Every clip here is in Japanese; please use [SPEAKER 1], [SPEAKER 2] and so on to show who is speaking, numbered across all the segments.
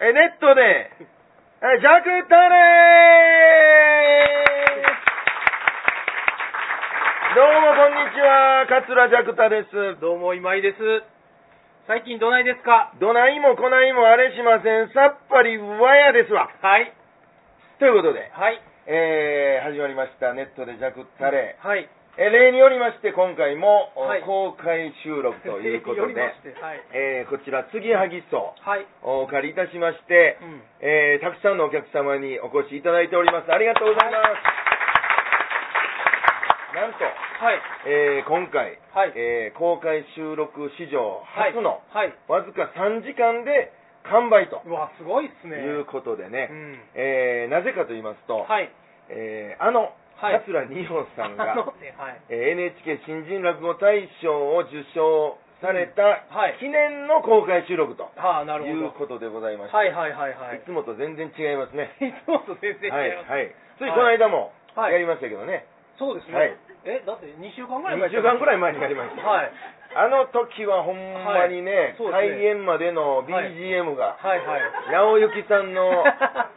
[SPEAKER 1] え、ネットで、え、ジャクタレーどうもこんにちは、桂ジャクタです。
[SPEAKER 2] どうも、今井です。最近どないですか
[SPEAKER 1] どないもこないもあれしません、さっぱりわやですわ。
[SPEAKER 2] はい。
[SPEAKER 1] ということで、
[SPEAKER 2] はい。
[SPEAKER 1] えー、始まりました、ネットでジャクタレー。
[SPEAKER 2] はい。
[SPEAKER 1] え、例によりまして今回も、お
[SPEAKER 2] はい
[SPEAKER 1] 公開収録ということ
[SPEAKER 2] より
[SPEAKER 1] で、
[SPEAKER 2] ましてはい。
[SPEAKER 1] えー、こちら、継ぎはぎ荘
[SPEAKER 2] はい。
[SPEAKER 1] をお借りいたしまして、
[SPEAKER 2] うん。
[SPEAKER 1] えー、たくさんのお客様にお越しいただいております。ありがとうございます。なんと、
[SPEAKER 2] はい。
[SPEAKER 1] えー、今回、
[SPEAKER 2] はい。
[SPEAKER 1] えー公開収録史上初の、
[SPEAKER 2] はい。
[SPEAKER 1] わずか3時間で完売と
[SPEAKER 2] うわ、すごいっすね。
[SPEAKER 1] いうことでね、
[SPEAKER 2] うん。
[SPEAKER 1] えーなぜかと言いますと、
[SPEAKER 2] はい。
[SPEAKER 1] えーあの、
[SPEAKER 2] はい
[SPEAKER 1] 桂二葉さんが、
[SPEAKER 2] あのねはい。
[SPEAKER 1] えー NHK 新人落語大賞を受賞された
[SPEAKER 2] うんはい
[SPEAKER 1] 記念の公開収録と
[SPEAKER 2] ああ、なるほ
[SPEAKER 1] いう
[SPEAKER 2] ど。
[SPEAKER 1] ことでございまして、
[SPEAKER 2] はいはいはいはいい。
[SPEAKER 1] つもと全然違いますね。
[SPEAKER 2] いつもと全然違い
[SPEAKER 1] はい、
[SPEAKER 2] ます。
[SPEAKER 1] はい。ついこの間も
[SPEAKER 2] はい
[SPEAKER 1] やりましたけどね、
[SPEAKER 2] そうですね。
[SPEAKER 1] はい
[SPEAKER 2] え、だって2週間ぐらい前
[SPEAKER 1] 2週間くらい前にやりました。
[SPEAKER 2] はい。
[SPEAKER 1] あの時はほんまにね、
[SPEAKER 2] はいそうですね
[SPEAKER 1] 開演までの BGM が、
[SPEAKER 2] はいはい。
[SPEAKER 1] 直行さん の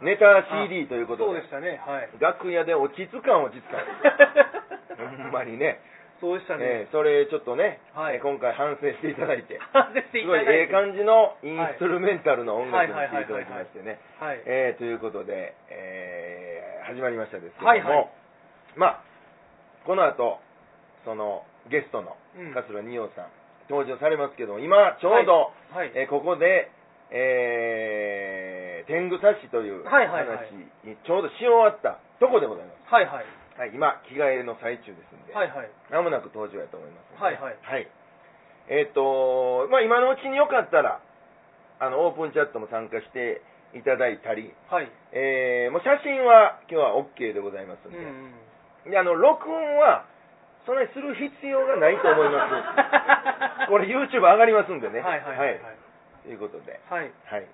[SPEAKER 1] ネタ CD ということ
[SPEAKER 2] そう
[SPEAKER 1] で
[SPEAKER 2] でしたね。はい。
[SPEAKER 1] 楽屋で落ち着かん落ち着かん ほんまにね、
[SPEAKER 2] そうでしたね。
[SPEAKER 1] えーそれちょっとね、
[SPEAKER 2] はい
[SPEAKER 1] えー今回反省していただ いて
[SPEAKER 2] 反省し
[SPEAKER 1] す
[SPEAKER 2] ていた
[SPEAKER 1] ごい
[SPEAKER 2] だいて。
[SPEAKER 1] ええ感じのインストゥルメンタルの音楽に
[SPEAKER 2] はい
[SPEAKER 1] していただきましてね、
[SPEAKER 2] はい。
[SPEAKER 1] えーということで、えー始まりましたですけども、
[SPEAKER 2] はいはい
[SPEAKER 1] まあこの後そのゲストの
[SPEAKER 2] うん
[SPEAKER 1] 桂二葉さん、登場されますけども今ちょうど、
[SPEAKER 2] はい。
[SPEAKER 1] えーここで、えー天狗刺しという
[SPEAKER 2] は
[SPEAKER 1] 話
[SPEAKER 2] いはいはい
[SPEAKER 1] にちょうどし終わったとこでございま
[SPEAKER 2] はいはい。
[SPEAKER 1] す、はい、今着替えの最中ですんで、
[SPEAKER 2] はいはい。
[SPEAKER 1] まもなく登場やと思いますので
[SPEAKER 2] はいはい
[SPEAKER 1] えっ、とまあ今のうちによかったらあのオープンチャットも参加していただいたり、
[SPEAKER 2] はい。
[SPEAKER 1] えーもう写真は今日は OK でございます
[SPEAKER 2] うんん
[SPEAKER 1] で,、
[SPEAKER 2] うん。
[SPEAKER 1] であの録音はそんなにする必要がないと思います これ YouTube 上がりますんでね
[SPEAKER 2] はいはいはい
[SPEAKER 1] はいということで
[SPEAKER 2] はい。
[SPEAKER 1] は
[SPEAKER 2] はい。
[SPEAKER 1] い。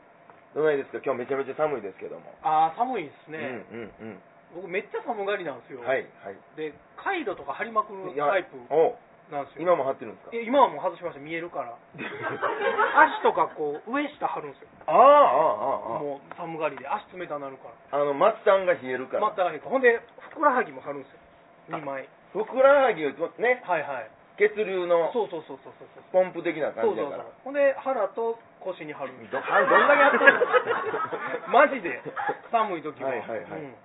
[SPEAKER 1] どないですか今日めちゃめちゃ寒いですけども。
[SPEAKER 2] ああ、寒いですね。
[SPEAKER 1] うんうん
[SPEAKER 2] 僕めっちゃ寒がりなんです
[SPEAKER 1] う
[SPEAKER 2] よ。
[SPEAKER 1] ん。はいはい。
[SPEAKER 2] で、カイロとか貼りまくる
[SPEAKER 1] いや
[SPEAKER 2] タイプ
[SPEAKER 1] お
[SPEAKER 2] なんですよ。
[SPEAKER 1] 今も張ってるんです か
[SPEAKER 2] え今はもう外しました。見える から。足とかこう、上下貼るんですよ。
[SPEAKER 1] あああああ
[SPEAKER 2] もう寒がりで。足冷たなるか。
[SPEAKER 1] あ。あの、松さんが冷えるからら。
[SPEAKER 2] またらへんか。ほんで、ふくらはぎも貼るんですよ。2枚。
[SPEAKER 1] ふくらはぎをね、
[SPEAKER 2] はいはい。
[SPEAKER 1] 血流の
[SPEAKER 2] そうそうそうそうそうそう。
[SPEAKER 1] ポンプ的な
[SPEAKER 2] そ
[SPEAKER 1] 感
[SPEAKER 2] う
[SPEAKER 1] じ
[SPEAKER 2] そ
[SPEAKER 1] だ
[SPEAKER 2] うそ
[SPEAKER 1] から
[SPEAKER 2] う。。ほんで、腹と腰に貼る。
[SPEAKER 1] どあどんだけやってるの
[SPEAKER 2] マジで、寒い時は。
[SPEAKER 1] はいはいはい
[SPEAKER 2] うん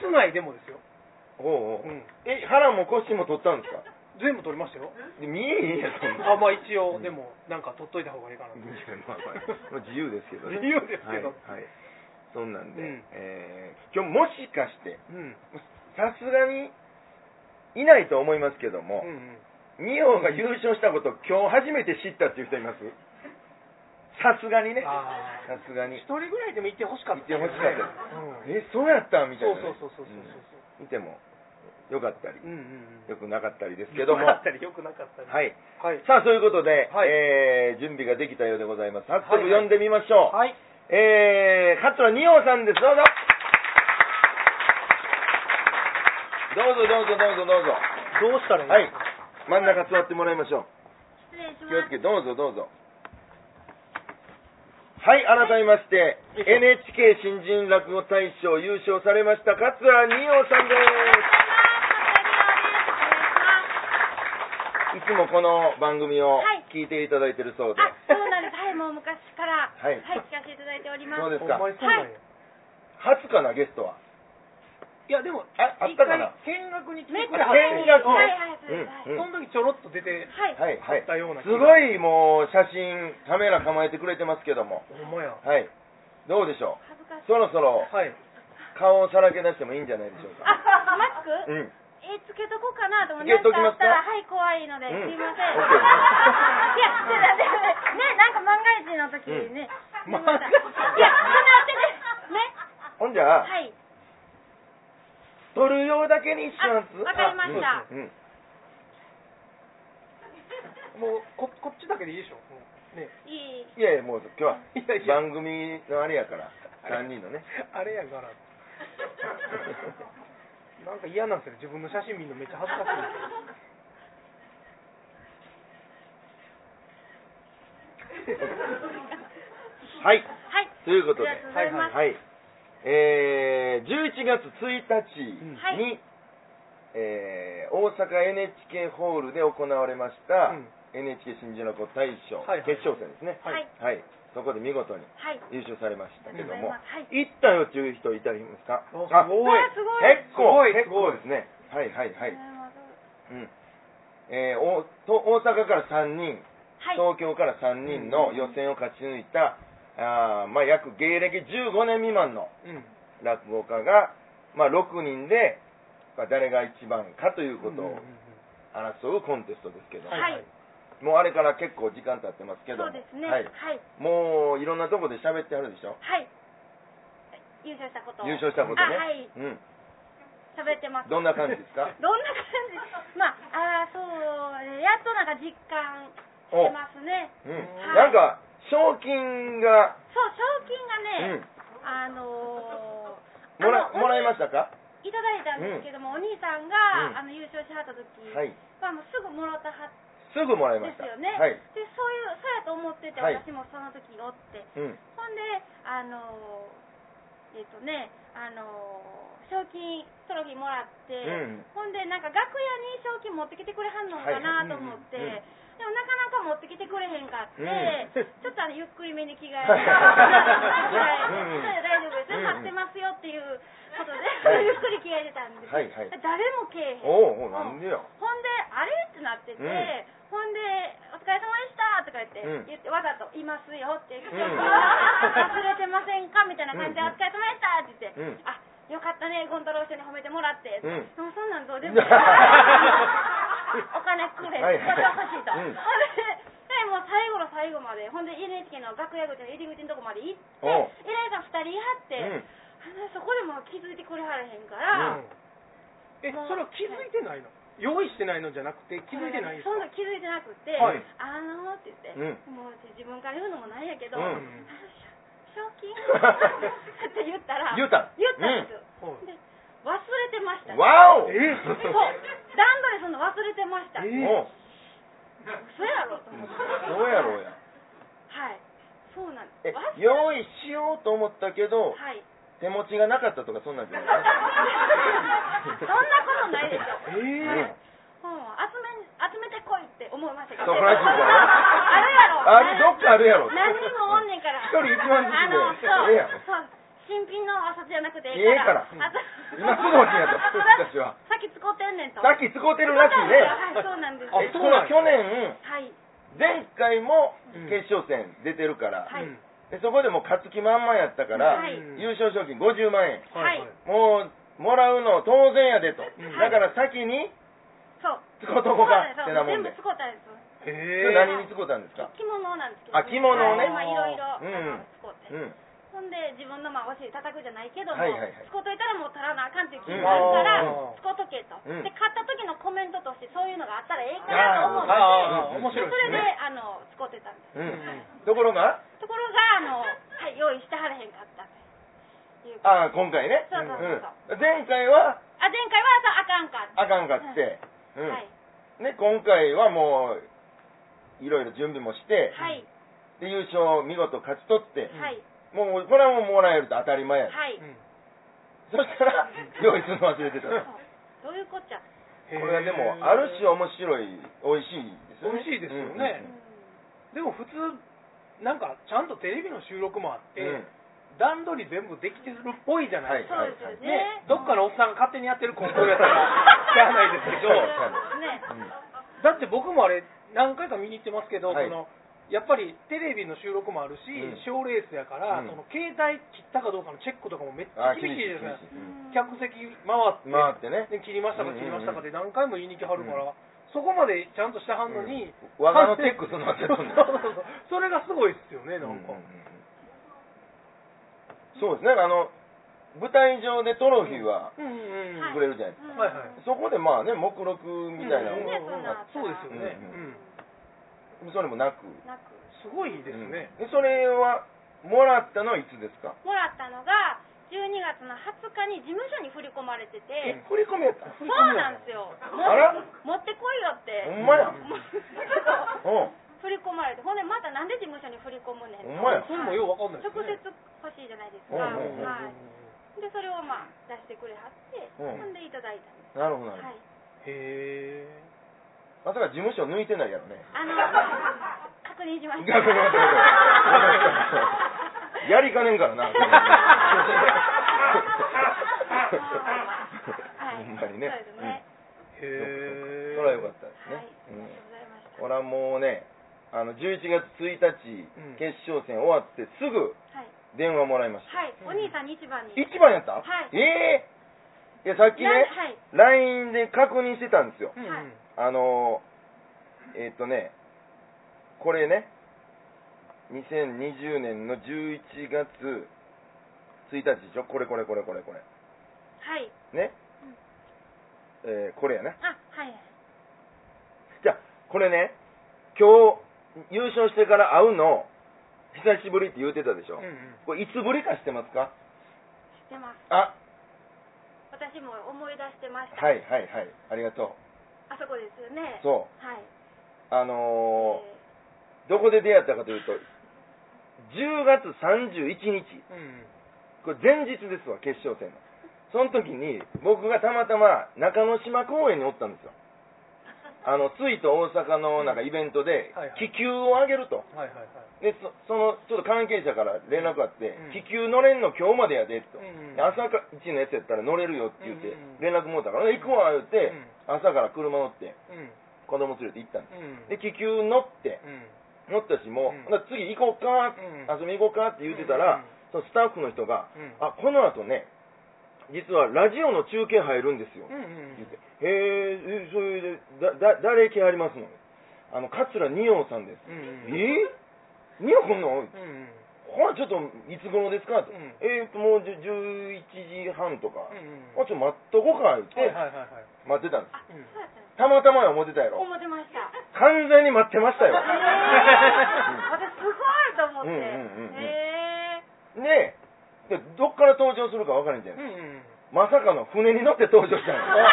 [SPEAKER 2] 室内でもですよ。
[SPEAKER 1] おうおう
[SPEAKER 2] うん
[SPEAKER 1] え、腹も腰も取ったんですか
[SPEAKER 2] 全部取りましたよ。
[SPEAKER 1] で見えへんやそんな。
[SPEAKER 2] あ、まあ一 応、でも、なんか取っといた方がいいかな。
[SPEAKER 1] いやまあまあまあ自由ですけどね。
[SPEAKER 2] 自由ですけど
[SPEAKER 1] はい。はいそんなんで、
[SPEAKER 2] うん
[SPEAKER 1] えー今日もしかして、
[SPEAKER 2] うん。
[SPEAKER 1] さすがにいないと思いますけども
[SPEAKER 2] う、んうん。
[SPEAKER 1] 二王が優勝したこと今日初めて知ったっていう人いますさすがにねさ
[SPEAKER 2] ああ。
[SPEAKER 1] すがに
[SPEAKER 2] 一人ぐらいでも行ってほしかった。
[SPEAKER 1] 行ってほしかったです
[SPEAKER 2] うん
[SPEAKER 1] えそうやったんみた
[SPEAKER 2] そ
[SPEAKER 1] いうなね、
[SPEAKER 2] そうそうそうそう
[SPEAKER 1] うん見てもよかったり
[SPEAKER 2] そう。うんうんうん。
[SPEAKER 1] よくなかったりですけども
[SPEAKER 2] 良か
[SPEAKER 1] は
[SPEAKER 2] ったり、良くなかったり。い。
[SPEAKER 1] い
[SPEAKER 2] はい。
[SPEAKER 1] さあということで、
[SPEAKER 2] はい
[SPEAKER 1] えー準備ができたようでございます早速
[SPEAKER 2] はいはい
[SPEAKER 1] 呼んでみましょう、
[SPEAKER 2] はい。
[SPEAKER 1] えー、桂二葉さんですどうぞどうぞどうぞどうぞどうぞ
[SPEAKER 2] どうしたらい
[SPEAKER 1] はい
[SPEAKER 2] い
[SPEAKER 1] 真ん中座ってもらいましょう
[SPEAKER 3] 失礼し
[SPEAKER 1] 気をつけどう
[SPEAKER 3] ます。
[SPEAKER 1] ぞどうぞはい改めまして
[SPEAKER 2] よいしょ
[SPEAKER 1] NHK 新人落語大賞優勝されました桂二葉さんで
[SPEAKER 3] は
[SPEAKER 1] すいつもこの番組を
[SPEAKER 3] はい
[SPEAKER 1] 聞いていただいてるそうで、
[SPEAKER 3] あ、そうなんです。はい、もう昔から、
[SPEAKER 1] は
[SPEAKER 3] はいい、聞かせていただいておりま
[SPEAKER 1] ど
[SPEAKER 3] す。
[SPEAKER 1] うですか
[SPEAKER 2] お前そうなんや。
[SPEAKER 1] 初かなゲストはい
[SPEAKER 2] や、でも、
[SPEAKER 1] ああった
[SPEAKER 2] 一回
[SPEAKER 1] かな
[SPEAKER 2] 見学に来て
[SPEAKER 3] めっ
[SPEAKER 2] く
[SPEAKER 3] ち
[SPEAKER 2] れは
[SPEAKER 3] ゃ
[SPEAKER 1] 見
[SPEAKER 2] っ
[SPEAKER 1] 学
[SPEAKER 2] て
[SPEAKER 3] はいはい、そうです。
[SPEAKER 1] うん
[SPEAKER 2] その時ちょろっと出て、
[SPEAKER 3] はい。
[SPEAKER 1] はいはい
[SPEAKER 2] あったよう
[SPEAKER 1] す
[SPEAKER 2] な気が
[SPEAKER 1] ごいもう写真カメラ構えてくれてますけども
[SPEAKER 2] ほんまや。
[SPEAKER 1] はいどうでしょ
[SPEAKER 3] 恥ずか
[SPEAKER 1] う
[SPEAKER 3] しい。
[SPEAKER 1] そろそろ
[SPEAKER 2] はい。
[SPEAKER 1] 顔をさらけ出してもいいんじゃないでしょうか
[SPEAKER 3] あ、マスク、
[SPEAKER 1] うん
[SPEAKER 3] えつけとこうかなと思って。
[SPEAKER 1] つけときますか
[SPEAKER 3] なんあったらはい、怖いので、
[SPEAKER 1] うん
[SPEAKER 3] すいません。
[SPEAKER 1] オッケー
[SPEAKER 3] いや、ちょっと待ってね、なんか万が一の時にね。
[SPEAKER 2] うん
[SPEAKER 3] すいませ
[SPEAKER 2] 万が
[SPEAKER 3] ん
[SPEAKER 2] 一
[SPEAKER 3] いや、ちょっと
[SPEAKER 1] ほん
[SPEAKER 3] 待ってね。ね。
[SPEAKER 1] じゃあ、
[SPEAKER 3] はい。
[SPEAKER 1] 撮るようだけにします
[SPEAKER 3] あわかりました
[SPEAKER 1] あうんうん
[SPEAKER 2] もうこ、こっちだけでいいでしょ。もうね
[SPEAKER 3] い
[SPEAKER 1] い
[SPEAKER 3] い。
[SPEAKER 1] やいや、もう今
[SPEAKER 2] い
[SPEAKER 1] 日
[SPEAKER 2] や
[SPEAKER 1] はい
[SPEAKER 2] や
[SPEAKER 1] 番組のあれやから、3人の ね。
[SPEAKER 2] あれやからなんか嫌なんですよね自分の写真見るのめっちゃ恥ずかし
[SPEAKER 1] はい。
[SPEAKER 3] はい。
[SPEAKER 1] ということで、
[SPEAKER 3] ありがとうござ
[SPEAKER 1] はい。
[SPEAKER 3] います。
[SPEAKER 1] えー、11月1日
[SPEAKER 2] うん
[SPEAKER 3] は
[SPEAKER 1] に、えー、大阪 NHK ホールで行われまし
[SPEAKER 2] い、
[SPEAKER 1] た、
[SPEAKER 2] うん
[SPEAKER 1] NHK 新人の子大賞
[SPEAKER 2] はいはい
[SPEAKER 1] 決勝戦ですね。
[SPEAKER 3] はい。はい。
[SPEAKER 1] はい。そこで見事に
[SPEAKER 3] はい。
[SPEAKER 1] 優勝されましたけども
[SPEAKER 3] あ、りが
[SPEAKER 1] 行
[SPEAKER 3] とうございますはい
[SPEAKER 1] ったよっていう人いたりいますか
[SPEAKER 2] お
[SPEAKER 1] あ
[SPEAKER 2] すごい
[SPEAKER 3] わあすごい。
[SPEAKER 1] 結構結構です
[SPEAKER 2] すごい
[SPEAKER 1] ね。はいはいはい。
[SPEAKER 3] は
[SPEAKER 1] うん。えー、おと大阪から3人、
[SPEAKER 3] い。
[SPEAKER 1] 東京から3人の予選を勝ち抜いた、あーまあ、約芸歴15年未満の
[SPEAKER 2] うん
[SPEAKER 1] 落語家が、まあ、6人で、まあ誰が一番かということを
[SPEAKER 2] うんうんうん
[SPEAKER 1] 争うコンテストですけど、
[SPEAKER 3] はい
[SPEAKER 1] もうあれから結構時間経ってますけど
[SPEAKER 3] そうですね。
[SPEAKER 1] は
[SPEAKER 3] はいい。、は
[SPEAKER 1] もういろんなとこで喋ってあるでしょ
[SPEAKER 3] い。優勝したことを。
[SPEAKER 1] 優勝したことね、
[SPEAKER 3] あはい。
[SPEAKER 1] うん、
[SPEAKER 3] 喋ってます。
[SPEAKER 1] どんな感じです か
[SPEAKER 3] どんな感 じまあ、ああ、そう、やっとなんか実感してますね。
[SPEAKER 1] うん
[SPEAKER 3] はい
[SPEAKER 1] なんか賞金が、
[SPEAKER 3] そう、賞金
[SPEAKER 1] う
[SPEAKER 3] が
[SPEAKER 1] ん、
[SPEAKER 3] ね、あのー、
[SPEAKER 1] もら
[SPEAKER 3] あの
[SPEAKER 1] もらいましたか
[SPEAKER 3] いただいたんですけども、お兄さん
[SPEAKER 1] う
[SPEAKER 3] が、
[SPEAKER 1] ん
[SPEAKER 3] あの優勝しはった時、
[SPEAKER 1] はい
[SPEAKER 3] まあもうすぐもろたはった
[SPEAKER 1] すぐもらい
[SPEAKER 3] ん
[SPEAKER 1] ま
[SPEAKER 3] で
[SPEAKER 1] し
[SPEAKER 3] す
[SPEAKER 1] た
[SPEAKER 3] よね、
[SPEAKER 1] はい、
[SPEAKER 3] でそういうそうやと思ってて、
[SPEAKER 1] はい
[SPEAKER 3] 私もその時おって
[SPEAKER 1] うん、
[SPEAKER 3] ほんであのーえっ、とねあのー賞金トロフィーもらって、
[SPEAKER 1] うん
[SPEAKER 3] ほんでなんか楽屋に賞金持ってきてくれはんのかなと思って、
[SPEAKER 1] はいはいうんうんうん
[SPEAKER 3] でもなかなか持ってきてくれへんかって、
[SPEAKER 1] うん
[SPEAKER 3] ちょっとあのゆっくりめに着替えて、
[SPEAKER 1] はい
[SPEAKER 3] はい、
[SPEAKER 1] うんうん
[SPEAKER 3] 大丈夫です、
[SPEAKER 1] うんうん
[SPEAKER 3] 張ってますよっていうことで、
[SPEAKER 1] い
[SPEAKER 3] ゆっくり着替えてたんです、
[SPEAKER 1] はいはい
[SPEAKER 3] 誰もけえへん
[SPEAKER 1] おうおうなんでや
[SPEAKER 3] ほんで、あれってなってて、
[SPEAKER 1] うん
[SPEAKER 3] ほんで、お疲れ様でしたとか言って、
[SPEAKER 1] うん
[SPEAKER 3] 言ってわざと、いますよって言っ
[SPEAKER 1] う
[SPEAKER 3] て、
[SPEAKER 1] ん
[SPEAKER 3] 忘れてませんかみたいな感じで、
[SPEAKER 1] うん
[SPEAKER 3] お疲れ様でしたって言って、
[SPEAKER 1] うん
[SPEAKER 3] あよかったね、ゴン太郎師匠に褒めてもらって、
[SPEAKER 1] うん
[SPEAKER 3] でもそんなんどうでもいいお金くれ、
[SPEAKER 1] はい
[SPEAKER 3] ちょっと欲しいと。
[SPEAKER 1] うん
[SPEAKER 3] ほんででもう最後の最後まで、ほんで NHK の楽屋口の入り口のとこまで行って、
[SPEAKER 1] おう
[SPEAKER 3] 偉いさん2人いはって、
[SPEAKER 1] うん
[SPEAKER 3] あのそこでもう気づいてくれはらへんか
[SPEAKER 1] う
[SPEAKER 3] ら、
[SPEAKER 1] ん
[SPEAKER 2] えそれは気づいてないの用意してないのじゃなくて気づいてないんです
[SPEAKER 3] そんな
[SPEAKER 2] か
[SPEAKER 3] 気づいてなくて、
[SPEAKER 1] はい
[SPEAKER 3] あのーって言って、
[SPEAKER 1] う
[SPEAKER 3] もう自分から言うのもなんやけど、
[SPEAKER 1] うん
[SPEAKER 3] あ賞金 って言ったら、
[SPEAKER 1] 言うた
[SPEAKER 3] 言ったんですよ、
[SPEAKER 2] うん
[SPEAKER 3] で忘れてま した。
[SPEAKER 1] わお
[SPEAKER 2] え
[SPEAKER 3] そう、段取りその忘れてました。
[SPEAKER 2] え
[SPEAKER 1] おう
[SPEAKER 3] 嘘やろと思って。
[SPEAKER 1] どうやろうや
[SPEAKER 3] はい。そうなんで
[SPEAKER 1] え
[SPEAKER 3] す。忘れ
[SPEAKER 1] 用意しようと思ったけど
[SPEAKER 3] はい。
[SPEAKER 1] 手持ちがなかったとかそんなんじゃ
[SPEAKER 3] そん
[SPEAKER 1] ない
[SPEAKER 3] なことないでしょ。
[SPEAKER 2] えー
[SPEAKER 3] はいうん集め集めてこいって思いましたけど
[SPEAKER 1] そうらしいから
[SPEAKER 3] あるやろ
[SPEAKER 1] あれどっかあるやろ
[SPEAKER 3] 何人もおんねんから
[SPEAKER 1] 一人一万ずつで
[SPEAKER 3] あのそ
[SPEAKER 1] ええやん
[SPEAKER 3] うそう新品のお札じゃなくて
[SPEAKER 1] ええから
[SPEAKER 3] あと
[SPEAKER 1] 今すぐ欲しいんやと私は
[SPEAKER 3] さっき使うてんねんと
[SPEAKER 1] さっき使うてるらしいね
[SPEAKER 3] はいそうなんです
[SPEAKER 2] あ
[SPEAKER 1] え
[SPEAKER 2] そ
[SPEAKER 1] こ
[SPEAKER 2] うな
[SPEAKER 1] の
[SPEAKER 2] んや
[SPEAKER 1] 去年
[SPEAKER 3] はい
[SPEAKER 1] 前回も
[SPEAKER 2] うん
[SPEAKER 1] 決勝戦出てるから、
[SPEAKER 3] はい
[SPEAKER 2] うん
[SPEAKER 1] でそこでもう勝つ気満々やったから、
[SPEAKER 3] はい
[SPEAKER 1] 優勝賞金50万円
[SPEAKER 2] はい
[SPEAKER 3] はい
[SPEAKER 1] もうもらうの当然やでと、
[SPEAKER 2] ん
[SPEAKER 1] だから先に
[SPEAKER 3] そう
[SPEAKER 1] 使うとこかっ
[SPEAKER 3] そう
[SPEAKER 1] てな
[SPEAKER 3] な
[SPEAKER 1] ん
[SPEAKER 3] で
[SPEAKER 1] も
[SPEAKER 3] す全
[SPEAKER 1] ん
[SPEAKER 3] 部
[SPEAKER 1] で
[SPEAKER 3] 使うたんです
[SPEAKER 1] そ
[SPEAKER 2] へえ
[SPEAKER 1] れ何に使うたんですか、
[SPEAKER 3] 着物なんですけど
[SPEAKER 1] あ着物をね
[SPEAKER 3] まあいろいろあ
[SPEAKER 1] うん
[SPEAKER 3] の使うて
[SPEAKER 1] うん、
[SPEAKER 3] ほんで自分のまあお尻叩くじゃないけども、
[SPEAKER 1] はいはいはい
[SPEAKER 3] 使うといたらもう足らなあかんっていう気があるから、
[SPEAKER 2] うん
[SPEAKER 3] 使うとけと、
[SPEAKER 1] うん
[SPEAKER 3] で買った時のコメントとしてそういうのがあったらええかなと思って
[SPEAKER 2] あーあー面
[SPEAKER 3] そ
[SPEAKER 2] 白いで
[SPEAKER 3] れ
[SPEAKER 2] す
[SPEAKER 3] で
[SPEAKER 2] ね
[SPEAKER 3] あの使うてたんです
[SPEAKER 1] うんところが
[SPEAKER 3] ところがあの、はい、用意してはれへんかったっていう
[SPEAKER 1] ああ今回ね
[SPEAKER 3] そうそうそう
[SPEAKER 1] うん前回は
[SPEAKER 3] あ前回はさあかんかった
[SPEAKER 1] あかんかって、うん
[SPEAKER 3] はい
[SPEAKER 1] ね、今回はもういろいろ準備もして、
[SPEAKER 3] はい
[SPEAKER 1] で優勝を見事勝ち取って、
[SPEAKER 3] はい
[SPEAKER 1] もうこれはもうもらえると当たり前や、
[SPEAKER 3] はい、
[SPEAKER 2] うん
[SPEAKER 1] そしたら用意するの忘れてた、
[SPEAKER 3] そうどういうこっちゃ、う
[SPEAKER 2] へー
[SPEAKER 1] これはでもある種面白い美味しいですよね
[SPEAKER 2] 美味しいですよねで
[SPEAKER 3] ん
[SPEAKER 2] も普通なんかちゃんとテレビの収録もあって、
[SPEAKER 1] うんうん
[SPEAKER 2] 段取り全部できてるっぽいじゃないですか、
[SPEAKER 3] そうですよね
[SPEAKER 2] ねどっかのおっさんが勝手にやってるコンクールやったら知らないですけど
[SPEAKER 3] そうですね
[SPEAKER 2] だって僕もあれ何回か見に行ってますけど、
[SPEAKER 1] はい
[SPEAKER 2] そのやっぱりテレビの収録もあるし
[SPEAKER 1] うん
[SPEAKER 2] 賞、レースやから、
[SPEAKER 1] うん
[SPEAKER 2] その携帯切ったかどうかのチェックとかもめっち
[SPEAKER 1] あ
[SPEAKER 2] ゃ
[SPEAKER 1] あ厳
[SPEAKER 2] 厳
[SPEAKER 1] しい
[SPEAKER 2] しいで
[SPEAKER 1] 厳しい、
[SPEAKER 2] すね客席回って、
[SPEAKER 1] うん回ってね
[SPEAKER 2] で切りました
[SPEAKER 1] う
[SPEAKER 2] か
[SPEAKER 1] んうんうん
[SPEAKER 2] 切りましたかで何回も言いに来はるから、そこまでちゃんとしてはんのに、
[SPEAKER 1] うん技のチェックするの忘れとんねん
[SPEAKER 2] そうそうそうそれがすごいですよね
[SPEAKER 1] う
[SPEAKER 2] なん
[SPEAKER 1] うんうん
[SPEAKER 2] んか、
[SPEAKER 1] そうですねあの舞台上でトロフィーは
[SPEAKER 2] うんうんうん
[SPEAKER 3] はい
[SPEAKER 1] くれるじゃないです
[SPEAKER 3] うん
[SPEAKER 2] はいはい
[SPEAKER 1] か、そこでまあね目録みたいなのを
[SPEAKER 3] うんねそんな
[SPEAKER 2] そうですよね、
[SPEAKER 1] うん
[SPEAKER 2] うん
[SPEAKER 1] そういうのもなく。
[SPEAKER 3] なく
[SPEAKER 2] すごいですね。
[SPEAKER 1] うんでそれは、もらったのはいつですか
[SPEAKER 3] もらったのが12月の20日に事務所に振り込まれてて、
[SPEAKER 1] 振り込みやった。ほ
[SPEAKER 3] そうんなんですよも
[SPEAKER 1] あら
[SPEAKER 3] 持ってこいよって
[SPEAKER 1] ま や。
[SPEAKER 3] も
[SPEAKER 1] う
[SPEAKER 3] う
[SPEAKER 1] ん。
[SPEAKER 3] 振り込まれてほんでまたなんで事務所に振り込むねん
[SPEAKER 1] ほんまや
[SPEAKER 3] はい
[SPEAKER 2] それもようわかんないで
[SPEAKER 3] 直
[SPEAKER 2] すね
[SPEAKER 3] 接。欲しいじゃないです
[SPEAKER 1] うん
[SPEAKER 3] か、
[SPEAKER 1] うんうん
[SPEAKER 3] はい、でそれをまあ出してくれはって、
[SPEAKER 1] うん
[SPEAKER 3] ほんでいただいたんです、
[SPEAKER 1] なるほど、なる
[SPEAKER 3] はい
[SPEAKER 2] へえ。
[SPEAKER 1] ほど。まさか事務所抜いてないやろね。
[SPEAKER 3] あの確認しました
[SPEAKER 1] 確認しましたやりかねんからな。
[SPEAKER 3] は
[SPEAKER 1] ほ
[SPEAKER 3] い
[SPEAKER 1] んまにね。
[SPEAKER 3] そうですね、
[SPEAKER 2] へえ。
[SPEAKER 1] そらよかったで
[SPEAKER 3] はい、
[SPEAKER 1] すね。うん
[SPEAKER 3] ありがとうご
[SPEAKER 1] こ
[SPEAKER 3] ざ
[SPEAKER 1] れ
[SPEAKER 3] いました
[SPEAKER 1] はもうね、あの11月1日
[SPEAKER 2] うん、
[SPEAKER 1] 決勝戦終わってすぐ
[SPEAKER 3] はい、
[SPEAKER 1] 電話もらいました。
[SPEAKER 3] はい、お兄さんに一番に
[SPEAKER 1] 一番やった
[SPEAKER 3] はい
[SPEAKER 1] ええいや、さっきね、
[SPEAKER 3] はい、
[SPEAKER 1] LINE で確認してたんですよ。
[SPEAKER 2] うんうん。
[SPEAKER 1] あのー、えーっ、とね、これね、2020年の11月1日でしょこれこれこれこれこれ。
[SPEAKER 3] はい、
[SPEAKER 1] ね。えーこれやな。
[SPEAKER 3] あ、はい、
[SPEAKER 1] じゃあ、これね、今日優勝してから会うの、久しぶりって言うてたでしょ、
[SPEAKER 2] うんうん
[SPEAKER 1] これいつぶりか知ってますか
[SPEAKER 3] 知ってます。
[SPEAKER 1] あ、
[SPEAKER 3] 私も思い出してました。
[SPEAKER 1] はいはいはい。ありがと
[SPEAKER 3] あそこですよね
[SPEAKER 1] う。。そう
[SPEAKER 3] はい。。
[SPEAKER 1] あの
[SPEAKER 3] え
[SPEAKER 1] ー
[SPEAKER 3] ー
[SPEAKER 1] どこで出会ったかというと、10月31日。
[SPEAKER 2] うん
[SPEAKER 1] これ前日ですわ、決勝戦の。その時に、僕がたまたま中之島公園におったんですよ。あの、ついと大阪のなんかイベントで
[SPEAKER 2] はいは、い
[SPEAKER 1] 気球をあげると。
[SPEAKER 2] うん。はいはいはい。
[SPEAKER 1] で、そその、ちょっと関係者から連絡あって
[SPEAKER 2] うん、
[SPEAKER 1] 気球乗れんの今日までやで、と
[SPEAKER 2] う。んうん。
[SPEAKER 1] で朝か一のやつやったら乗れるよって言って
[SPEAKER 2] うんうんうん、
[SPEAKER 1] 連絡もうたから、で行くわ、言って、朝から車乗って、
[SPEAKER 2] うん。うん。
[SPEAKER 1] 子供連れて行ったんで
[SPEAKER 2] うん。
[SPEAKER 1] す。で、気球乗って、
[SPEAKER 2] うん。
[SPEAKER 1] 乗ったし、もう
[SPEAKER 2] うん、
[SPEAKER 1] ほな次行こうか、
[SPEAKER 2] うん
[SPEAKER 1] 遊び行こうかって言ってたら、そのスタッフの人が、
[SPEAKER 2] うん
[SPEAKER 1] あこの後ね、実はラジオの中継入るんですよ、
[SPEAKER 2] うんうん
[SPEAKER 1] 言って、へえ、えそういう、だだ誰来はりますのあの桂二葉さんです。
[SPEAKER 2] うんうんうん
[SPEAKER 1] え二葉こんの
[SPEAKER 2] うんうん
[SPEAKER 1] ほら、ちょっといつ頃ですかと、
[SPEAKER 2] うん
[SPEAKER 1] えーと、もうじゅ11時半とか、
[SPEAKER 2] うんうん
[SPEAKER 1] あちょっと待っとこうか、言って、
[SPEAKER 2] はいはいはいはい
[SPEAKER 1] 待ってたんです。
[SPEAKER 3] あ、そうだったんです。
[SPEAKER 1] たまたまや思ってたやろ。
[SPEAKER 3] 思ってました。
[SPEAKER 1] 完全に待ってました よ。
[SPEAKER 3] えー、私すごいと思って。
[SPEAKER 1] うんうんうんうん
[SPEAKER 3] え
[SPEAKER 1] で、でどっから登場するか分からんじゃ。
[SPEAKER 2] うんんうん
[SPEAKER 1] まさかの船に乗って登場 したん
[SPEAKER 3] ー。
[SPEAKER 1] や。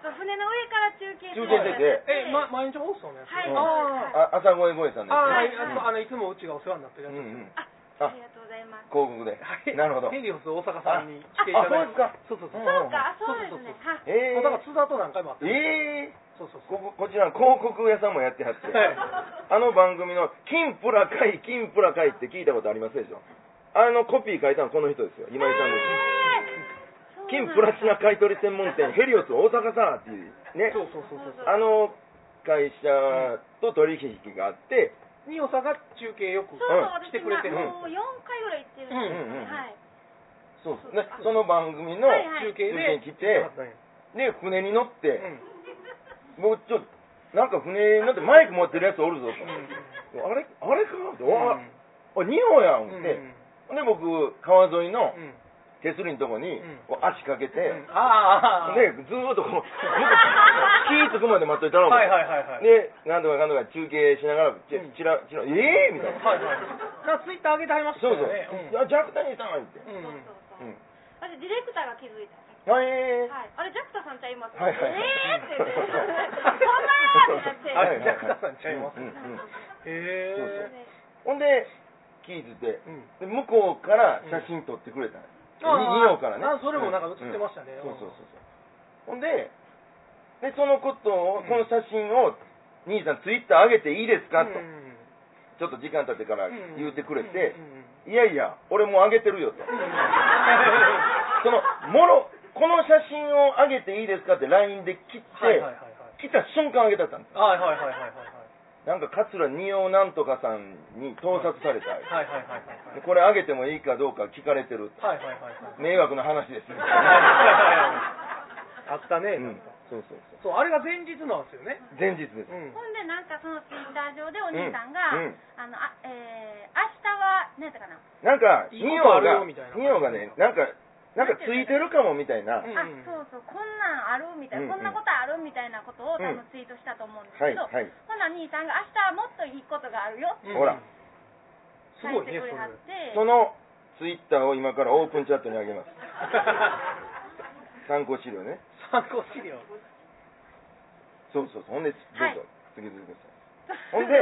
[SPEAKER 3] ちょっと船の上から中継
[SPEAKER 1] 中継してて、
[SPEAKER 2] え、ま、毎日放送のやつ
[SPEAKER 3] はい
[SPEAKER 1] うん
[SPEAKER 2] あ
[SPEAKER 1] あ朝声声さん
[SPEAKER 2] ー
[SPEAKER 1] です。
[SPEAKER 2] あ
[SPEAKER 3] はい
[SPEAKER 2] ー、あの、あのいつもうちがお世話になってる
[SPEAKER 1] う
[SPEAKER 2] や
[SPEAKER 1] ん
[SPEAKER 2] つ。
[SPEAKER 1] うん、
[SPEAKER 3] あ、
[SPEAKER 1] あ
[SPEAKER 3] ありがとうございます。
[SPEAKER 1] 広告で。
[SPEAKER 2] はい
[SPEAKER 1] なるほど。
[SPEAKER 2] ヘリオス大阪さんに来ていた
[SPEAKER 1] あ
[SPEAKER 2] だ
[SPEAKER 1] そうで
[SPEAKER 2] い
[SPEAKER 1] す
[SPEAKER 2] て。
[SPEAKER 1] か
[SPEAKER 2] そうそうそう。
[SPEAKER 1] ん
[SPEAKER 3] そうか、あそうですね。はい。
[SPEAKER 1] え
[SPEAKER 2] もうだから津田と何回
[SPEAKER 1] ー、
[SPEAKER 2] も会ってる。
[SPEAKER 1] え
[SPEAKER 2] そうそう
[SPEAKER 1] ー、
[SPEAKER 2] そ
[SPEAKER 1] こ
[SPEAKER 2] う。
[SPEAKER 1] ここちら広告屋さんもやってはって、
[SPEAKER 2] はい
[SPEAKER 1] あの番組の「金プラ会金プラ会」って聞いたことありますでしょあのコピー書いたのこの人ですよ今井さんです、金プラチナ買取専門店ヘリオス大阪さんっていうね
[SPEAKER 2] そうそうそうそう。
[SPEAKER 1] あの会社と取引があって
[SPEAKER 2] ニオさんが中継よく
[SPEAKER 3] そうそう、
[SPEAKER 2] 来
[SPEAKER 3] 私
[SPEAKER 2] てくれてる。
[SPEAKER 1] うん
[SPEAKER 3] もう4回ぐらい行ってるんですよね。はい。
[SPEAKER 1] そうですねその番組の
[SPEAKER 3] はいはい
[SPEAKER 2] 中継
[SPEAKER 1] 中
[SPEAKER 2] で
[SPEAKER 1] 継来て
[SPEAKER 2] うん
[SPEAKER 1] で船に乗って、もうちょっと、なんか船になってマイク持ってるやつおるぞと。あれ、あれかって、わあ、二本やん
[SPEAKER 2] うん。
[SPEAKER 1] っ
[SPEAKER 2] うん
[SPEAKER 1] て。で、僕、川沿いの
[SPEAKER 2] うん
[SPEAKER 1] 手すりのとこに
[SPEAKER 2] うん、
[SPEAKER 1] こう足かけて、で、
[SPEAKER 2] うんああ。
[SPEAKER 1] ずーっとこう、向こう気ぃつくまで待っといたら、
[SPEAKER 2] はいはいはいはい。
[SPEAKER 1] で、なんとかかんとか中継しながら、ち
[SPEAKER 2] うん
[SPEAKER 1] ちら、ちら、ええみたいな。
[SPEAKER 2] はいはい。なんかツイッター上げてはりました
[SPEAKER 1] そう
[SPEAKER 2] よ
[SPEAKER 1] そう。
[SPEAKER 2] ね。
[SPEAKER 1] いや、ジャクタにいたんって。
[SPEAKER 2] うん。うんう
[SPEAKER 3] そう
[SPEAKER 2] ん
[SPEAKER 3] そう
[SPEAKER 1] う
[SPEAKER 3] そう。
[SPEAKER 1] ん。
[SPEAKER 3] 私ディレクターが気づいた。
[SPEAKER 1] はい、え
[SPEAKER 3] はい。あれジャクタさんちゃいます。
[SPEAKER 1] はいはいはい
[SPEAKER 3] え ーって言って。そんな
[SPEAKER 1] ー。
[SPEAKER 2] はいジャクタさ
[SPEAKER 3] ーってなっ
[SPEAKER 2] んちゃいます
[SPEAKER 1] うんうんうんそうほん
[SPEAKER 2] へ
[SPEAKER 3] て。
[SPEAKER 1] で、聞いてて、
[SPEAKER 2] う
[SPEAKER 1] で
[SPEAKER 2] ん
[SPEAKER 1] 向こうから写真撮ってくれたの、
[SPEAKER 2] ああ
[SPEAKER 1] に二葉からね
[SPEAKER 2] あそれもなんか映ってましたね
[SPEAKER 1] うんそうそうそうそうほんででそのことをこの写真を、兄さんツイッター上げていいですか、と
[SPEAKER 2] うん
[SPEAKER 1] ちょっと時間経ってから言うてくれて、
[SPEAKER 2] うんうんうん
[SPEAKER 1] いやいや俺もう上げてるよと、
[SPEAKER 2] は
[SPEAKER 1] そのもろこの写真を上げていいですかって LINE で切って、
[SPEAKER 2] いはいはいはい。
[SPEAKER 1] 来た瞬間上げたったんです
[SPEAKER 2] はいはいはいはいはい。
[SPEAKER 1] なんか桂二葉なんとかさんに盗撮された、
[SPEAKER 2] はいはいはいはい。
[SPEAKER 1] でこれ上げてもいいかどうか聞かれてる
[SPEAKER 2] はいはいはいはい。
[SPEAKER 1] 迷惑な話ですよ
[SPEAKER 2] あったね、
[SPEAKER 1] うん
[SPEAKER 2] なんか
[SPEAKER 1] そうそうそ
[SPEAKER 2] そう、あれが前日なんですよね。
[SPEAKER 1] う前日です、
[SPEAKER 2] うん
[SPEAKER 3] ほ。んでなんかそのツイッター上でお兄さん
[SPEAKER 1] うんう
[SPEAKER 3] が
[SPEAKER 1] ん
[SPEAKER 3] あのあえー明日は何やったかな。
[SPEAKER 1] なんか
[SPEAKER 2] いい
[SPEAKER 1] 二
[SPEAKER 2] こと
[SPEAKER 1] 葉
[SPEAKER 2] ある
[SPEAKER 1] が
[SPEAKER 2] よみたいな
[SPEAKER 1] 二葉がねなんかなんかついてるかもみたいな、
[SPEAKER 2] うん
[SPEAKER 3] あそうそうこんなんあるみたいな、
[SPEAKER 1] うんうん
[SPEAKER 3] こんなことあるみたいなことを多
[SPEAKER 1] うん
[SPEAKER 3] 分ツイートしたと思うんです
[SPEAKER 1] はい
[SPEAKER 3] けど、
[SPEAKER 1] はい
[SPEAKER 3] ほな兄さんが明日もっといいことがあるよって
[SPEAKER 1] んほら
[SPEAKER 2] す
[SPEAKER 3] 書
[SPEAKER 2] ご
[SPEAKER 3] い
[SPEAKER 2] い
[SPEAKER 3] て
[SPEAKER 2] ね
[SPEAKER 3] くれはって、
[SPEAKER 1] そのツイッターを今からオープンチャットにあげます
[SPEAKER 2] そ
[SPEAKER 1] 参考資料ね
[SPEAKER 2] れ 参考資料
[SPEAKER 1] そうそうそうほんでどう
[SPEAKER 3] はい
[SPEAKER 1] ぞ、次々くださいほん で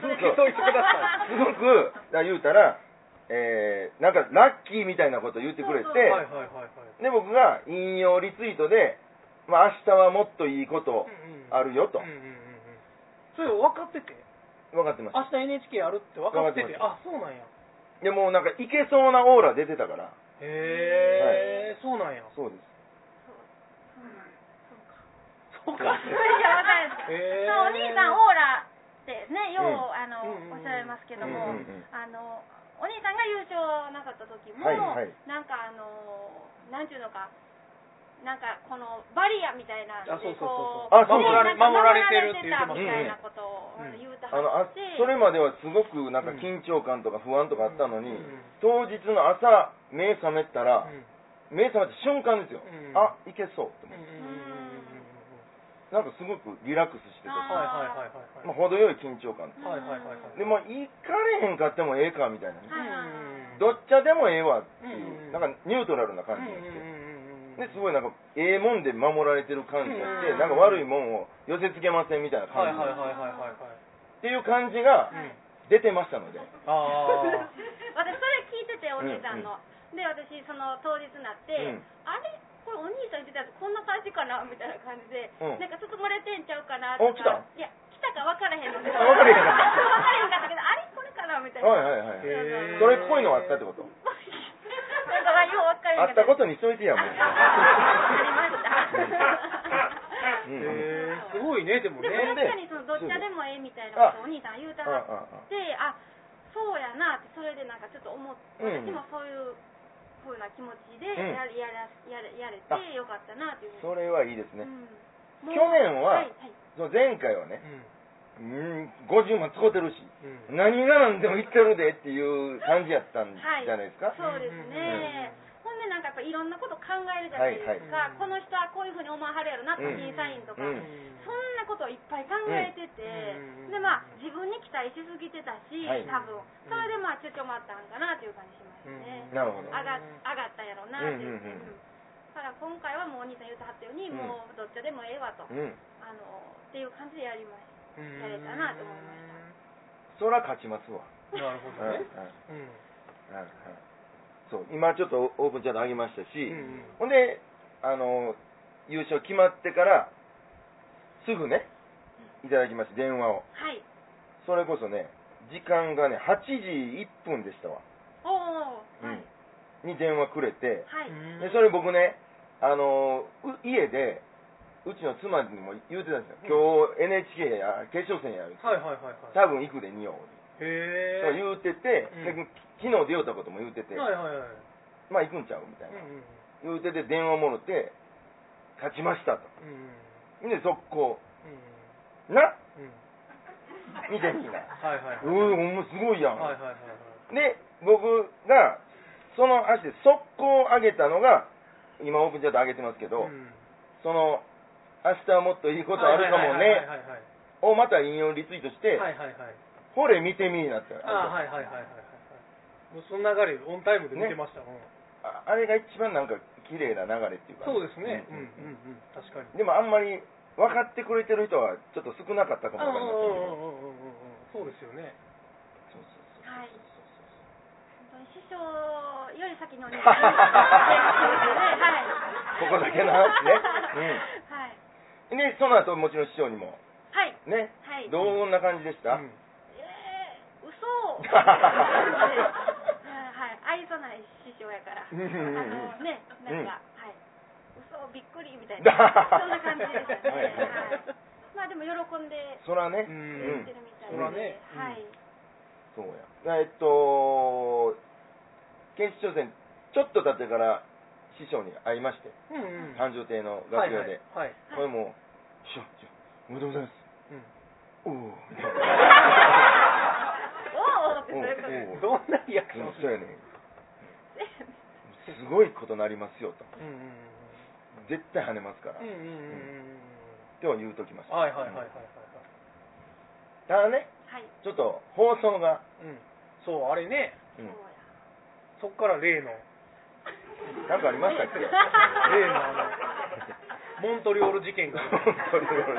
[SPEAKER 3] そうそうそう
[SPEAKER 1] 続けと
[SPEAKER 2] いてくださ
[SPEAKER 1] すごくだから言うたらえー、なんかラッキーみたいなこと言ってくれて
[SPEAKER 3] そう
[SPEAKER 2] はいはいはいはい
[SPEAKER 1] で僕が引用リツイートで、まあ、明日はもっといいことあるよと
[SPEAKER 2] うんうんうんうんそれ分かってて
[SPEAKER 1] 分かってます
[SPEAKER 2] 明日 NHK やるって分かってて
[SPEAKER 1] 分
[SPEAKER 2] あそうなんや
[SPEAKER 1] でもうなんかいけそうなオーラ出てたから
[SPEAKER 2] へえそうなんや
[SPEAKER 1] そうです
[SPEAKER 2] そうか
[SPEAKER 3] いやわかんない
[SPEAKER 2] へえ
[SPEAKER 3] お兄さんオーラってねよう、
[SPEAKER 1] うん
[SPEAKER 3] あの
[SPEAKER 2] うんうんうん
[SPEAKER 3] おっしゃいますけど
[SPEAKER 1] う
[SPEAKER 3] も、
[SPEAKER 1] んうんうん
[SPEAKER 3] あのお兄さんが優勝なかった時も、
[SPEAKER 1] はいはい
[SPEAKER 3] なんかあのなんていうのかなんかこのバリアみたいな
[SPEAKER 2] あそうそうそ
[SPEAKER 1] あ
[SPEAKER 2] うそう
[SPEAKER 1] そうそう
[SPEAKER 3] なんか
[SPEAKER 2] 守られてるって言って
[SPEAKER 3] 守
[SPEAKER 2] ま
[SPEAKER 3] ら
[SPEAKER 1] し
[SPEAKER 3] れ
[SPEAKER 1] た
[SPEAKER 3] みたいなこと
[SPEAKER 2] う
[SPEAKER 3] を、
[SPEAKER 2] んうん
[SPEAKER 3] 言うた
[SPEAKER 1] あの
[SPEAKER 3] は
[SPEAKER 1] あ
[SPEAKER 3] って
[SPEAKER 1] それまではすごくなんか緊張感とか不安とかあったのに、
[SPEAKER 2] うん
[SPEAKER 1] 当日の朝目覚めたら、目覚めた瞬間ですよ、
[SPEAKER 2] うん
[SPEAKER 1] あいけそうって思って
[SPEAKER 2] うんうんうんうんうん
[SPEAKER 1] なんかすごくリラックスしてた
[SPEAKER 2] は
[SPEAKER 1] し、
[SPEAKER 2] いはいはいはい
[SPEAKER 1] まあ、程よい緊張感
[SPEAKER 2] はいはいはいは
[SPEAKER 1] で
[SPEAKER 2] い
[SPEAKER 1] もう行かれへんかってもええかみたいなね、
[SPEAKER 3] はいはい
[SPEAKER 2] うん
[SPEAKER 1] どっちでもええわっていうう、
[SPEAKER 2] ん
[SPEAKER 1] なんかニュートラルな
[SPEAKER 2] うん
[SPEAKER 1] 感じ
[SPEAKER 2] うん
[SPEAKER 1] になって、で
[SPEAKER 2] うんうん
[SPEAKER 1] すごいなんかええもんで守られてる感じがして、
[SPEAKER 2] うん
[SPEAKER 1] なんか悪いもんを寄せつけませんみたいな
[SPEAKER 2] はいはい
[SPEAKER 1] 感じ、
[SPEAKER 2] はいはいはいは
[SPEAKER 1] っ
[SPEAKER 2] い
[SPEAKER 1] ていう感じが
[SPEAKER 2] うん
[SPEAKER 1] 出てましたので、
[SPEAKER 2] ああ
[SPEAKER 3] 私それ聞いててお兄さんの、で私その当日になって、
[SPEAKER 1] うん
[SPEAKER 3] あれこれお兄さん言ってたやつこんな感じかなみたいな感じで、
[SPEAKER 1] うん
[SPEAKER 3] なんかちょっと漏れてんちゃうかな
[SPEAKER 1] お
[SPEAKER 3] と
[SPEAKER 1] 来た
[SPEAKER 3] かいや来たか分からへんのけど
[SPEAKER 1] あ分からへんかった
[SPEAKER 3] 分からへんかったけどあ
[SPEAKER 1] はいはいはい、それ
[SPEAKER 3] れこれかなみたい な、へー
[SPEAKER 1] っぽいのあったってこと
[SPEAKER 3] なんかよう分か
[SPEAKER 1] あ
[SPEAKER 3] らへん
[SPEAKER 1] ったこ
[SPEAKER 3] あ
[SPEAKER 1] とにしといてやもう うん
[SPEAKER 3] ありました
[SPEAKER 2] へえすごいねでも
[SPEAKER 3] で
[SPEAKER 2] ね
[SPEAKER 3] も確かにそのどっちでもええみたいなことをお兄さん言うた
[SPEAKER 1] あ
[SPEAKER 3] ら
[SPEAKER 1] ああ
[SPEAKER 3] であそうやなってそれでなんかちょっと思って、
[SPEAKER 1] うん
[SPEAKER 3] 私もそういう風な気持ちで
[SPEAKER 1] うん
[SPEAKER 3] や,、やらやれやれ
[SPEAKER 1] あ
[SPEAKER 3] てよかったなっていう
[SPEAKER 1] それはいいです
[SPEAKER 3] う
[SPEAKER 1] ね、
[SPEAKER 3] ん
[SPEAKER 1] 去
[SPEAKER 3] もう
[SPEAKER 1] 年は、
[SPEAKER 3] いはい
[SPEAKER 1] その前回はね
[SPEAKER 2] う
[SPEAKER 1] うん50万使うてるし
[SPEAKER 2] んうん
[SPEAKER 1] 何が何でも言ってるでっていう感じやったんじ
[SPEAKER 3] はい
[SPEAKER 1] ゃないですか、
[SPEAKER 3] そうですね、ほんでなんかやっぱいろんなこと考えるじゃないです
[SPEAKER 2] はいは
[SPEAKER 3] か、
[SPEAKER 2] い
[SPEAKER 3] この人はこういうふうに思わはるやろなって、審査員とか、
[SPEAKER 1] うん
[SPEAKER 3] そんなことをいっぱい考えてて、
[SPEAKER 2] うん
[SPEAKER 3] でまあ自分に期待しすぎてたし、
[SPEAKER 1] はい
[SPEAKER 3] 多分それでまあちょちょまったんかなっていう感じしますね、
[SPEAKER 2] うん
[SPEAKER 1] なるほど
[SPEAKER 3] 上が上がったやろうなってい
[SPEAKER 1] う
[SPEAKER 3] う、
[SPEAKER 1] んうんうん
[SPEAKER 3] だから今回はもうお兄さん言うてはったように、
[SPEAKER 1] うん
[SPEAKER 3] もうどっちでもええわと、
[SPEAKER 1] うん
[SPEAKER 3] あのっていう感じでやりました
[SPEAKER 2] うん
[SPEAKER 3] やれたなと思いまし
[SPEAKER 1] そら勝ちますわ、
[SPEAKER 2] なるほ
[SPEAKER 1] う
[SPEAKER 2] ど
[SPEAKER 1] んうんうん
[SPEAKER 2] ね
[SPEAKER 1] うんそう
[SPEAKER 2] うん
[SPEAKER 1] 今ちょっとオープンチャット上げましたし、
[SPEAKER 2] うん
[SPEAKER 1] ほんであの優勝決まってからすぐねいただきました電話を
[SPEAKER 3] はい
[SPEAKER 1] それこそね時間がね8時1分でしたわ、
[SPEAKER 3] おおはい、
[SPEAKER 1] に電話くれて
[SPEAKER 3] はい、
[SPEAKER 1] でそれ僕ねあのう家でうちの妻にも言うてたんですよ、今日 NHK や決勝戦やる
[SPEAKER 2] はいはいはいはい
[SPEAKER 1] 多分行くで見よう
[SPEAKER 2] へ
[SPEAKER 1] と
[SPEAKER 2] え
[SPEAKER 1] 言うてて、
[SPEAKER 2] う
[SPEAKER 1] で
[SPEAKER 2] ん
[SPEAKER 1] 昨日出ようたことも言うてて、
[SPEAKER 2] はいはいはい
[SPEAKER 1] まあ行くんちゃうみたいうな、言
[SPEAKER 2] ん
[SPEAKER 1] うてて電話もろて勝ちましたと
[SPEAKER 2] うんうん
[SPEAKER 1] で続行
[SPEAKER 2] う
[SPEAKER 1] なん
[SPEAKER 2] うん
[SPEAKER 1] 見てみんな
[SPEAKER 2] はいは
[SPEAKER 1] う
[SPEAKER 2] いはい
[SPEAKER 1] んほんますごいやん、
[SPEAKER 2] はいはいはいはい
[SPEAKER 1] で僕がその足で速攻を上げたのが今オープンチャット上げてますけど、
[SPEAKER 2] うん
[SPEAKER 1] その明日はもっといいことあるかも
[SPEAKER 2] はい
[SPEAKER 1] ね
[SPEAKER 2] はいはいはい
[SPEAKER 1] をまた引用リツイートして、
[SPEAKER 2] はいはいはい
[SPEAKER 1] ほれ見てみになった
[SPEAKER 2] あはいはいはいはいはいもうその流れオンタイムで見てましたもん
[SPEAKER 1] ああれが一番なんか綺麗な流れっていうか
[SPEAKER 2] そうですね
[SPEAKER 1] う
[SPEAKER 2] うん
[SPEAKER 1] う
[SPEAKER 2] んうんんうん確かに
[SPEAKER 1] でもあんまり分かってくれてる人はちょっと少なかったかもわかりませんけど
[SPEAKER 2] うんうんうんうんうんそうですよね
[SPEAKER 1] そうそうそう
[SPEAKER 3] はい本当に師匠より先にお兄 さんは
[SPEAKER 1] こ
[SPEAKER 3] い
[SPEAKER 1] こだけの話ねうん
[SPEAKER 3] はい
[SPEAKER 1] でその後もちろん師匠にも
[SPEAKER 3] はい
[SPEAKER 1] ね、
[SPEAKER 3] はい
[SPEAKER 1] どんな感じでした、
[SPEAKER 2] うん
[SPEAKER 3] えー、嘘はい、愛想ない師匠やから、あ
[SPEAKER 1] うんうんうん
[SPEAKER 3] のね、な
[SPEAKER 1] うん
[SPEAKER 3] んか、はい、嘘、びっくりみた いな、そんな感じでしたね、
[SPEAKER 1] はいはいはい
[SPEAKER 3] はいまあでも喜んで
[SPEAKER 1] そらね、
[SPEAKER 2] うん
[SPEAKER 3] 言ってるみたいで、
[SPEAKER 1] そら
[SPEAKER 2] ね
[SPEAKER 3] はい、
[SPEAKER 1] そうやえっと決勝戦ちょっと経ってから師匠に会いまして
[SPEAKER 2] うんうん
[SPEAKER 1] 繁盛亭の
[SPEAKER 2] は
[SPEAKER 1] 楽
[SPEAKER 2] い
[SPEAKER 1] 屋
[SPEAKER 2] は
[SPEAKER 1] で、
[SPEAKER 2] いはい
[SPEAKER 1] これもう師匠師匠おめでとうございます
[SPEAKER 2] うん
[SPEAKER 1] おおお
[SPEAKER 3] おーおーってそういうこと
[SPEAKER 1] お
[SPEAKER 3] で
[SPEAKER 1] う
[SPEAKER 2] どんなリアクション
[SPEAKER 1] そうやね
[SPEAKER 3] す。
[SPEAKER 1] すすごいことなりますよと
[SPEAKER 2] うんうんうん
[SPEAKER 1] 絶対跳ねますから、
[SPEAKER 2] うんうんうん
[SPEAKER 1] とは言うときまし
[SPEAKER 2] うん
[SPEAKER 1] た、
[SPEAKER 2] はいはいはいはいはいはい
[SPEAKER 1] ただね
[SPEAKER 3] はい、
[SPEAKER 1] ちょっと放送が、
[SPEAKER 2] うんそうあれね
[SPEAKER 1] うん
[SPEAKER 3] そうや。
[SPEAKER 2] そっから例の
[SPEAKER 1] なんかありましたっけ
[SPEAKER 2] 例のあのモントリオール事件が
[SPEAKER 1] 本当に俺